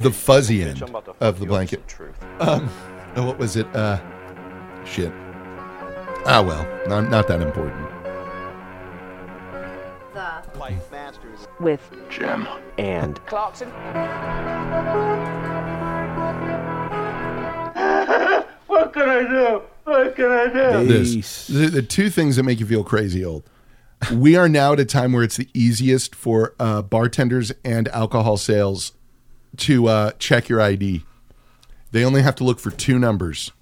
the fuzzy end I'm about to fuck of the you up with blanket. some Truth. Uh, What was it? Uh, shit. Ah, well, not, not that important. The with and Clarkson. This the, the two things that make you feel crazy old. We are now at a time where it's the easiest for uh, bartenders and alcohol sales to uh, check your ID. They only have to look for two numbers.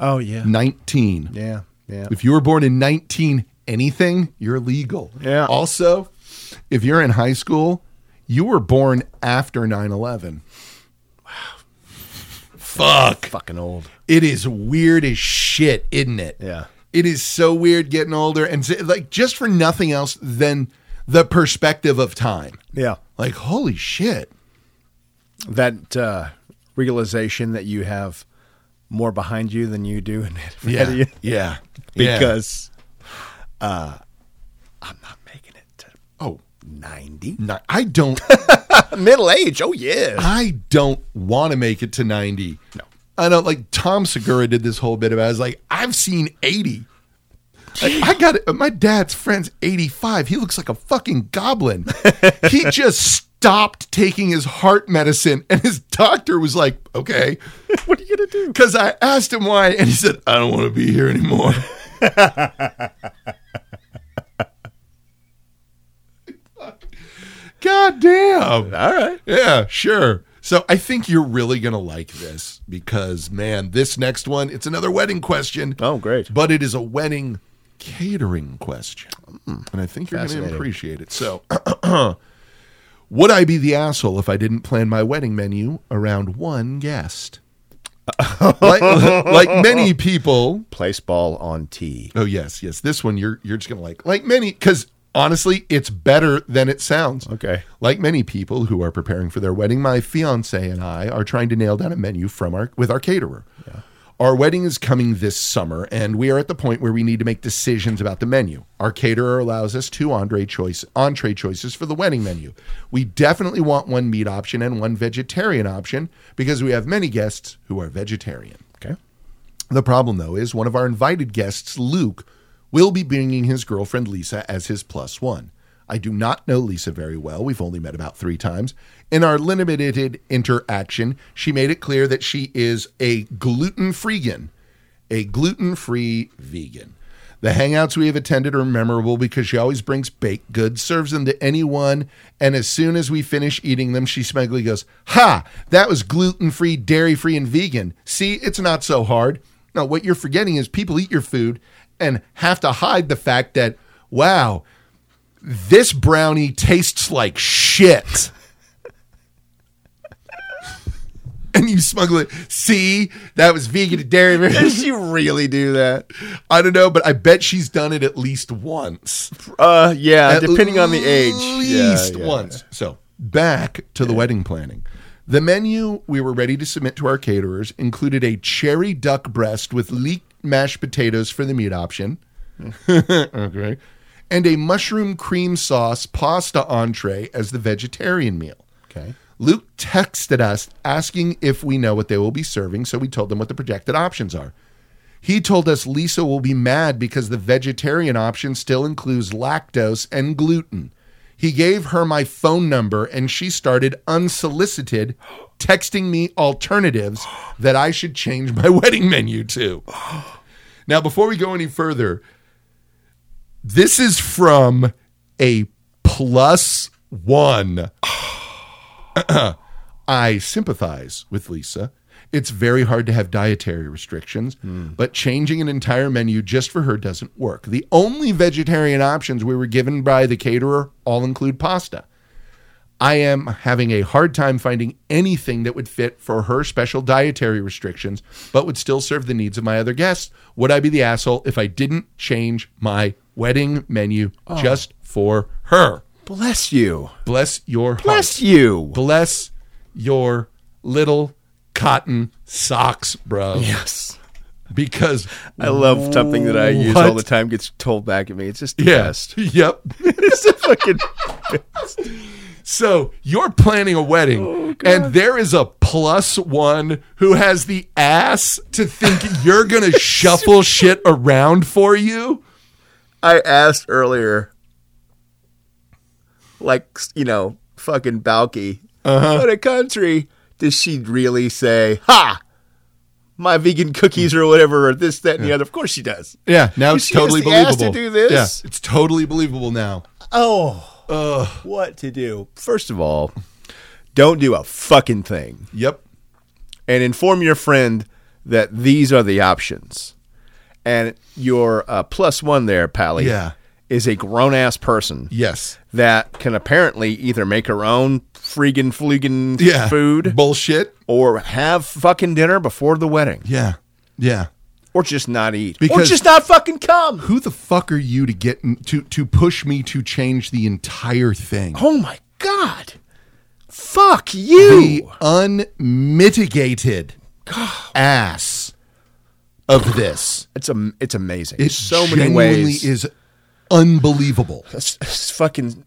Oh yeah, Nineteen. yeah, yeah. If you were born in 19 anything, you're legal. Yeah. Also, if you're in high school, you were born after 9/11. Fuck. Fucking old. It is weird as shit, isn't it? Yeah. It is so weird getting older and s- like just for nothing else than the perspective of time. Yeah, Like holy shit. that uh, realization that you have more behind you than you do in front Yeah. of you Yeah. Yeah. because uh, I'm not making it to oh, ninety. no, I don't Middle age. Oh yeah. I don't want to make it to 90. No. I don't like Tom Segura did this whole bit about it. I was like, I've seen 80. Like, I got it. My dad's friend's 85. He looks like a fucking goblin. he just stopped taking his heart medicine, and his doctor was like, okay. What are you gonna do? Because I asked him why, and he said, I don't want to be here anymore. God damn. All right. Yeah, sure. So I think you're really going to like this because, man, this next one, it's another wedding question, Oh great. but it is a wedding catering question. And I think you're going to Hmm. Fascinating. appreciate it. So, would I be the asshole if I didn't plan my wedding menu around one guest? like, like many people Place ball on tee. Oh yes, yes. This one you're you're just gonna like like many because honestly, it's better than it sounds. Okay. Like many people who are preparing for their wedding, my fiance and I are trying to nail down a menu from our with our caterer. Our wedding is coming this summer, and we are at the point where we need to make decisions about the menu. Our caterer allows us two entree choice entree choices for the wedding menu. We definitely want one meat option and one vegetarian option because we have many guests who are vegetarian. Okay. The problem, though, is one of our invited guests, Luke, will be bringing his girlfriend Lisa as his plus one. I do not know Lisa very well. We've only met about three times. In our limited interaction, she made it clear that she is a gluten freegan, a gluten free vegan. The hangouts we have attended are memorable because she always brings baked goods, serves them to anyone, and as soon as we finish eating them, she smugly goes, Ha! That was gluten free, dairy free, and vegan. See, it's not so hard. No, what you're forgetting is people eat your food and have to hide the fact that, wow, this brownie tastes like shit. and you smuggle it. See, that was vegan and dairy free. Did you really do that? I don't know, but I bet she's done it at least once. Uh, yeah, At depending on the age. At Yeah, least yeah. once. So back to the wedding planning. The menu we were ready to submit to our caterers included a cherry duck breast with leaked mashed potatoes for the meat option. okay. And a mushroom cream sauce pasta entree as the vegetarian meal. Okay. Luke texted us asking if we know what they will be serving, so we told them what the projected options are. He told us Lisa will be mad because the vegetarian option still includes lactose and gluten. He gave her my phone number and she started unsolicited texting me alternatives that I should change my wedding menu to. Now, before we go any further, this is from a plus one. I sympathize with Lisa. It's very hard to have dietary restrictions, but changing an entire menu just for her doesn't work. The only vegetarian options we were given by the caterer all include pasta. I am having a hard time finding anything that would fit for her special dietary restrictions, but would still serve the needs of my other guests. Would I be the asshole if I didn't change my wedding menu just for her? Bless you. Bless your heart Bless you. bless your little cotton socks, bro. Yes. Because I love something that I use all What? the time gets told back at me. It's just the yes, best. yep. it's the fucking So you're planning a wedding, and there is a plus one who has the ass to think you're going to shuffle shit around for you. I asked earlier, like you know, fucking Balky, Uh-huh. what a country does she really say? Ha! My vegan cookies or whatever, or this, that, and the other. Of course she does. Yeah, now it's She has totally the ass to believable. do this? Yeah, it's totally believable now. Oh, what to do? First of all, don't do a fucking thing, Yep. and inform your friend that these are the options. And your uh, plus one there, Pally, Yeah. is a grown ass person. Yes. that can apparently either make her own freaking flugan Yeah. food Bullshit. or have fucking dinner before the wedding Yeah. Yeah. or just not eat or Because- just not fucking come. Who the fuck are you to get to to push me to change the entire thing? Oh my god. Fuck you. the unmitigated ass of this. It's a it's amazing. It so many genuinely ways. is unbelievable. It's- it's fucking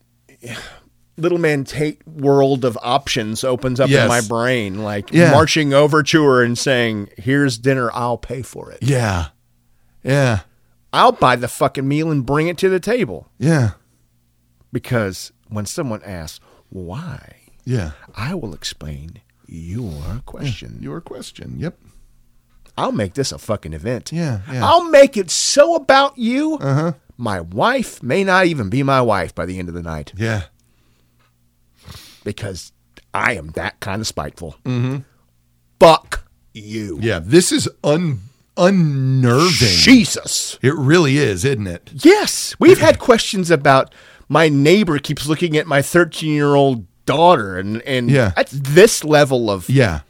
little man Tate world of options opens up in Yes. my brain like Yeah. marching over to her and saying, "Here's dinner, I'll pay for it. Yeah, yeah, I'll buy the fucking meal and bring it to the table." yeah, Because when someone asks why, yeah. I will explain your question. Your question. Yep. I'll make this a fucking event. Yeah, yeah. I'll make it so about you. Uh-huh. My wife may not even be my wife by the end of the night Yeah. because I am that kind of spiteful. Mm-hmm. Fuck you. Yeah. This is un unnerving. Jesus. it really is, isn't it? Yes. We've had questions about my neighbor keeps looking at my 13 year old daughter and, and Yeah. that's this level of Yeah.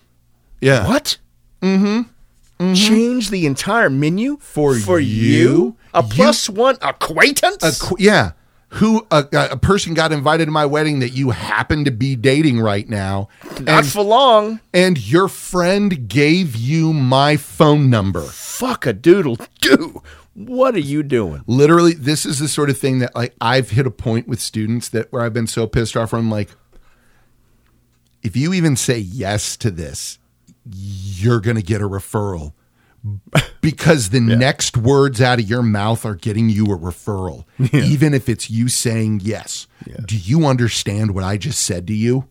Yeah. What? Mm-hmm. Change the entire menu For you? A You- plus one acquaintance? A qu- yeah. Who a, a a person got invited to my wedding that you happen to be dating right now, Not for long. and your friend gave you my phone number. Fuck a doodle do. What are you doing? literally this is the sort of thing that like i've hit a point with students that where i've been so pissed off where i'm like if you even say yes to this you're going to get a referral because the next words out of your mouth are getting you a referral even if it's you saying yes do you understand what i just said to you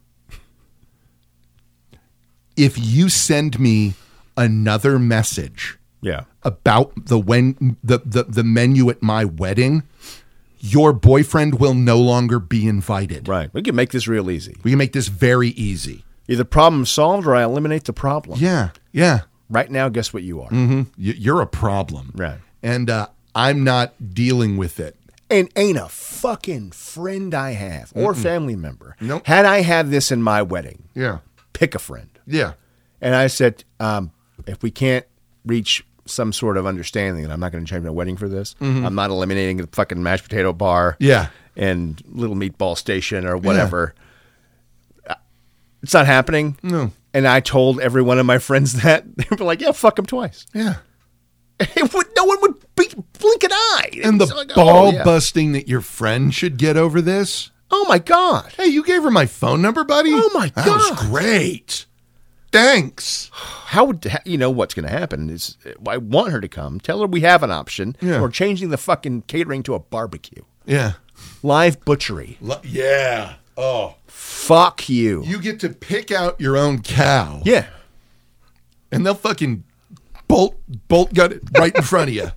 if you send me another message Yeah. about the when the, the the menu at my wedding, your boyfriend will no longer be invited. Right. We can make this real easy. We can make this very easy. Either problem solved or I eliminate the problem. Yeah, yeah. Right now, guess what you are? Y- You're a problem, Right. And uh, I'm not dealing with it. And ain't a fucking friend I have or family member. Nope. Had I had this in my wedding, Yeah, pick a friend. yeah, And I said, um, if we can't reach some sort of understanding, and I'm not going to change my wedding for this, I'm not eliminating the fucking mashed potato bar Mm-hmm. yeah, and little meatball station or whatever. Uh, It's not happening. No. And I told every one of my friends that. They were like, yeah, fuck them twice. yeah. It would, no one would be, blink an eye. It And was the like, ball oh, yeah. busting that your friend should get over this. Oh, my God. Hey, you gave her my phone number, buddy. Oh, my that was God. great. Thanks. how would ha- you know what's going to happen is uh, I want her to come. Tell her we have an option. Yeah. We're changing the fucking catering to a barbecue, Yeah, live butchery. Lo- yeah. Oh, Fuck you. you get to pick out your own cow. yeah. and they'll fucking bolt bolt gun it right in front of you.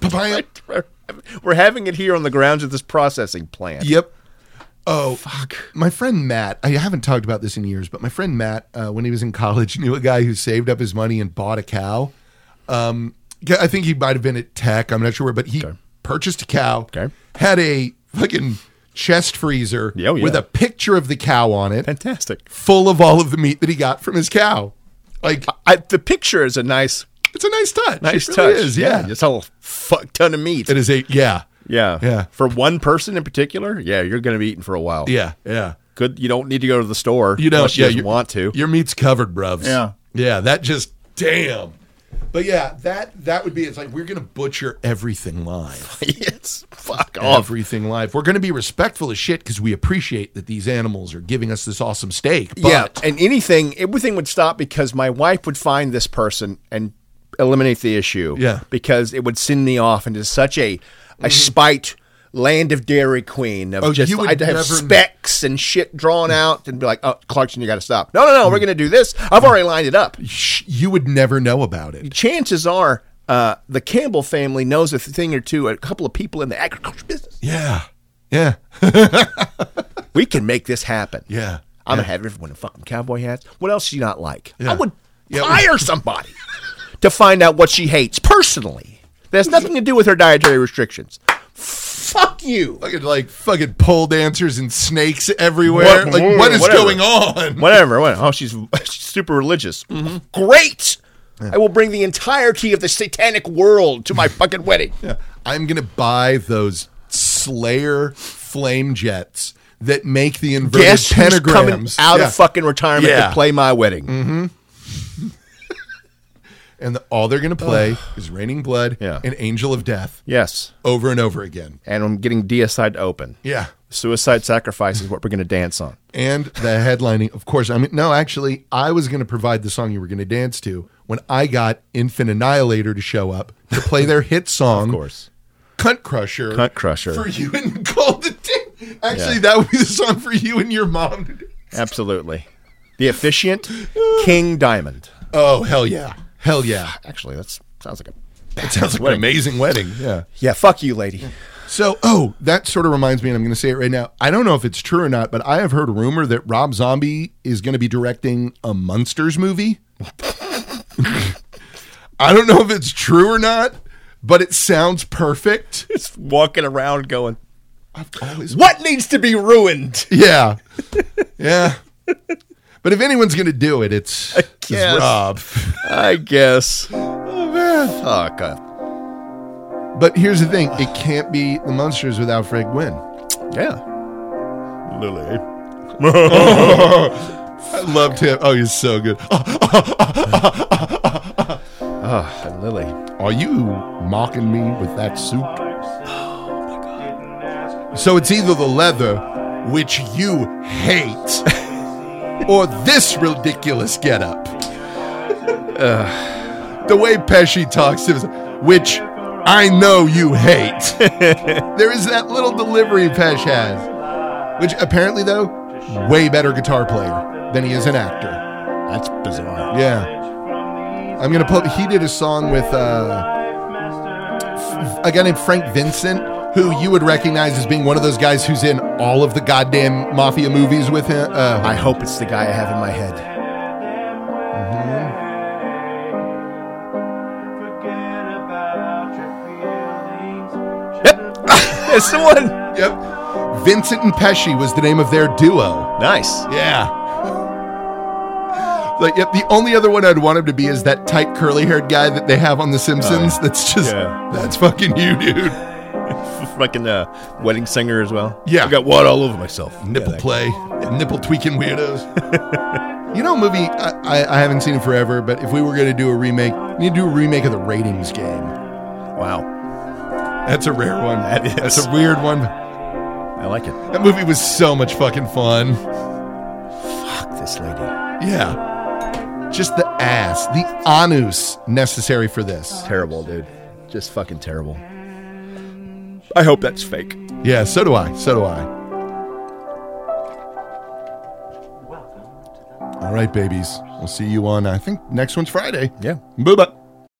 Papaya. We're having it here on the grounds of this processing plant. Yep. Oh fuck! My friend Matt, I haven't talked about this in years, but my friend Matt, uh, when he was in college, knew a guy who saved up his money and bought a cow. Um, yeah, I think he might have been at Tech. I'm not sure, where, but he purchased a cow. Okay. Had a fucking chest freezer Yeah, oh, yeah. with a picture of the cow on it, Fantastic. full of all of the meat that he got from his cow. Like I, the picture is a nice, it's a nice touch. Uh, nice it really touch. Is, yeah. It's a whole fuck ton of meat. It is a yeah. yeah. Yeah. For one person in particular, yeah, you're going to be eating for a while. Yeah, yeah. Good. You don't need to go to the store. You don't. unless you yeah, just your- want to. Your meat's covered, bruvs. Yeah. yeah. That just damn. But yeah, that that would be. It's like we're gonna butcher everything live. yes. Fuck off. Everything live. We're gonna be respectful as shit because we appreciate that these animals are giving us this awesome steak. But yeah, and anything, everything would stop because my wife would find this person and eliminate the issue. Yeah. Mm-hmm. because it would send me off into such a a spite land of Dairy Queen of Oh, just you would I'd have never- Mm. specs and shit drawn out and be like, oh, Clarkson, you got to stop. No, no, no, we're gonna do this. I've Mm. already lined it up. sh- you would never know about it. Chances are. Uh, the Campbell family knows a thing or two. A couple of people in the agriculture business. Yeah, yeah, We can make this happen. yeah. I'm gonna have everyone in fucking cowboy hats. What else do you not like? Yeah. I would Yeah. hire somebody to find out what she hates personally. That has nothing to do with her dietary restrictions. Fuck you. Look at like fucking pole dancers and snakes everywhere. What- like what is whatever. going on? Whatever. whatever. Oh, she's, she's super religious. Mm-hmm. Great. I will bring the entirety of the satanic world to my fucking wedding. I'm gonna buy those Slayer flame jets that make the inverted Guess who's coming pentagrams out Yeah. of fucking retirement Yeah. Mm-hmm. to play my wedding? and the- all they're gonna play is raining blood Yeah. and angel of death Yes. over and over again. And I'm getting DSI to open. Yeah. Suicide sacrifice is what we're gonna dance on. And the headlining, of course. I mean, no, actually, I was going to provide the song you were going to dance to when I got Infant Annihilator to show up to play their hit song, Of course. Cunt Crusher. Cunt Crusher. For you and Cole to do. Actually, Yeah. that would be the song for you and your mom to do. Absolutely. The efficient King Diamond. Oh, hell yeah. Hell yeah. Actually, that sounds like a That sounds like an amazing wedding. Yeah. yeah. Fuck you, lady. So, oh, that sort of reminds me, and I'm going to say it right now. I don't know if it's true or not, but I have heard a rumor that Rob Zombie is going to be directing a Munsters movie. I don't know if it's true or not, but it sounds perfect. Just walking around going, I've always "What needs to be ruined?" Yeah, yeah. But if anyone's going to do it, it's, it's guess. Rob. I guess. Oh man. Fuck. uh, But here's the thing: it can't be the Munsters without Fred Gwynn. yeah. Lily. I loved him. Oh, he's so good. Ah, and Lily. Are you mocking me with that suit? So it's either the leather, which you hate, or this ridiculous getup. Uh, the way Pesci talks is, which I know you hate. there is that little delivery Pesh has, which apparently, though, way better guitar player than he is an actor. That's bizarre. Yeah. I'm gonna put. He did a song with uh, f- a guy named Frank Vincent, who you would recognize as being one of those guys who's in all of the goddamn mafia movies with him. I Uh, hope it's the guy I have in my head. Mm-hmm. It's the one. yep. Vincent and Pesci was the name of their duo. Nice. Yeah. Like, yep. The only other one I'd want him to be is that tight curly-haired guy that they have on The Simpsons. That's just Oh, Yeah. that's fucking you, dude. Fucking uh, wedding singer as well. Yeah. I got what all over myself. nipple Yeah, that- play, nipple tweaking weirdos. you know, a movie I, I, I haven't seen in forever, but if we were going to do a remake, we need to do a remake of the Ratings Game. Wow. That's a rare one. That is. That's a weird one. I like it. That movie was so much fucking fun. Fuck this lady. Yeah, just the ass, the anus necessary for this. Terrible, dude. Just fucking terrible. I hope that's fake. Yeah, so do I. So do I. All right, babies. We'll see you on. I think next one's Friday. Yeah. Bye bye.